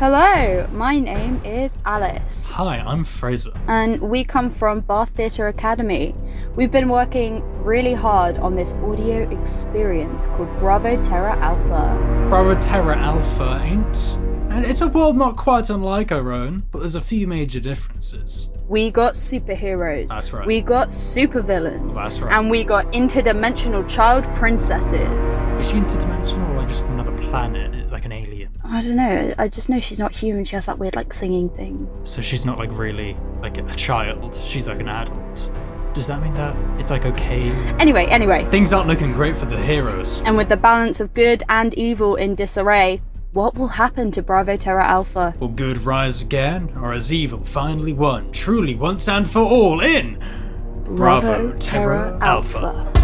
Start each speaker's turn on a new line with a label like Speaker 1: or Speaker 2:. Speaker 1: Hello, my name is Alice,
Speaker 2: Hi, I'm Fraser.
Speaker 1: and we come from Bath Theatre Academy. We've been working really hard on this audio experience called Bravo Terra Alpha.
Speaker 2: Bravo Terra Alpha ain't. and It's a world not quite unlike our own, but there's a few major differences.
Speaker 1: We got superheroes.
Speaker 2: That's right.
Speaker 1: We got supervillains.
Speaker 2: That's right.
Speaker 1: And we got interdimensional child princesses.
Speaker 2: Is she interdimensional or like just from another planet? It's like an alien.
Speaker 1: I don't know. I just know she's not human. She has that weird like singing thing.
Speaker 2: So she's not like really like a child. She's like an adult. Does that mean that it's like okay?
Speaker 1: Anyway, anyway.
Speaker 2: Things aren't looking great for the heroes.
Speaker 1: And with the balance of good and evil in disarray, what will happen to Bravo Terra Alpha?
Speaker 2: Will good rise again, or is evil finally won, truly once and for all in? Bravo, Terra Alpha.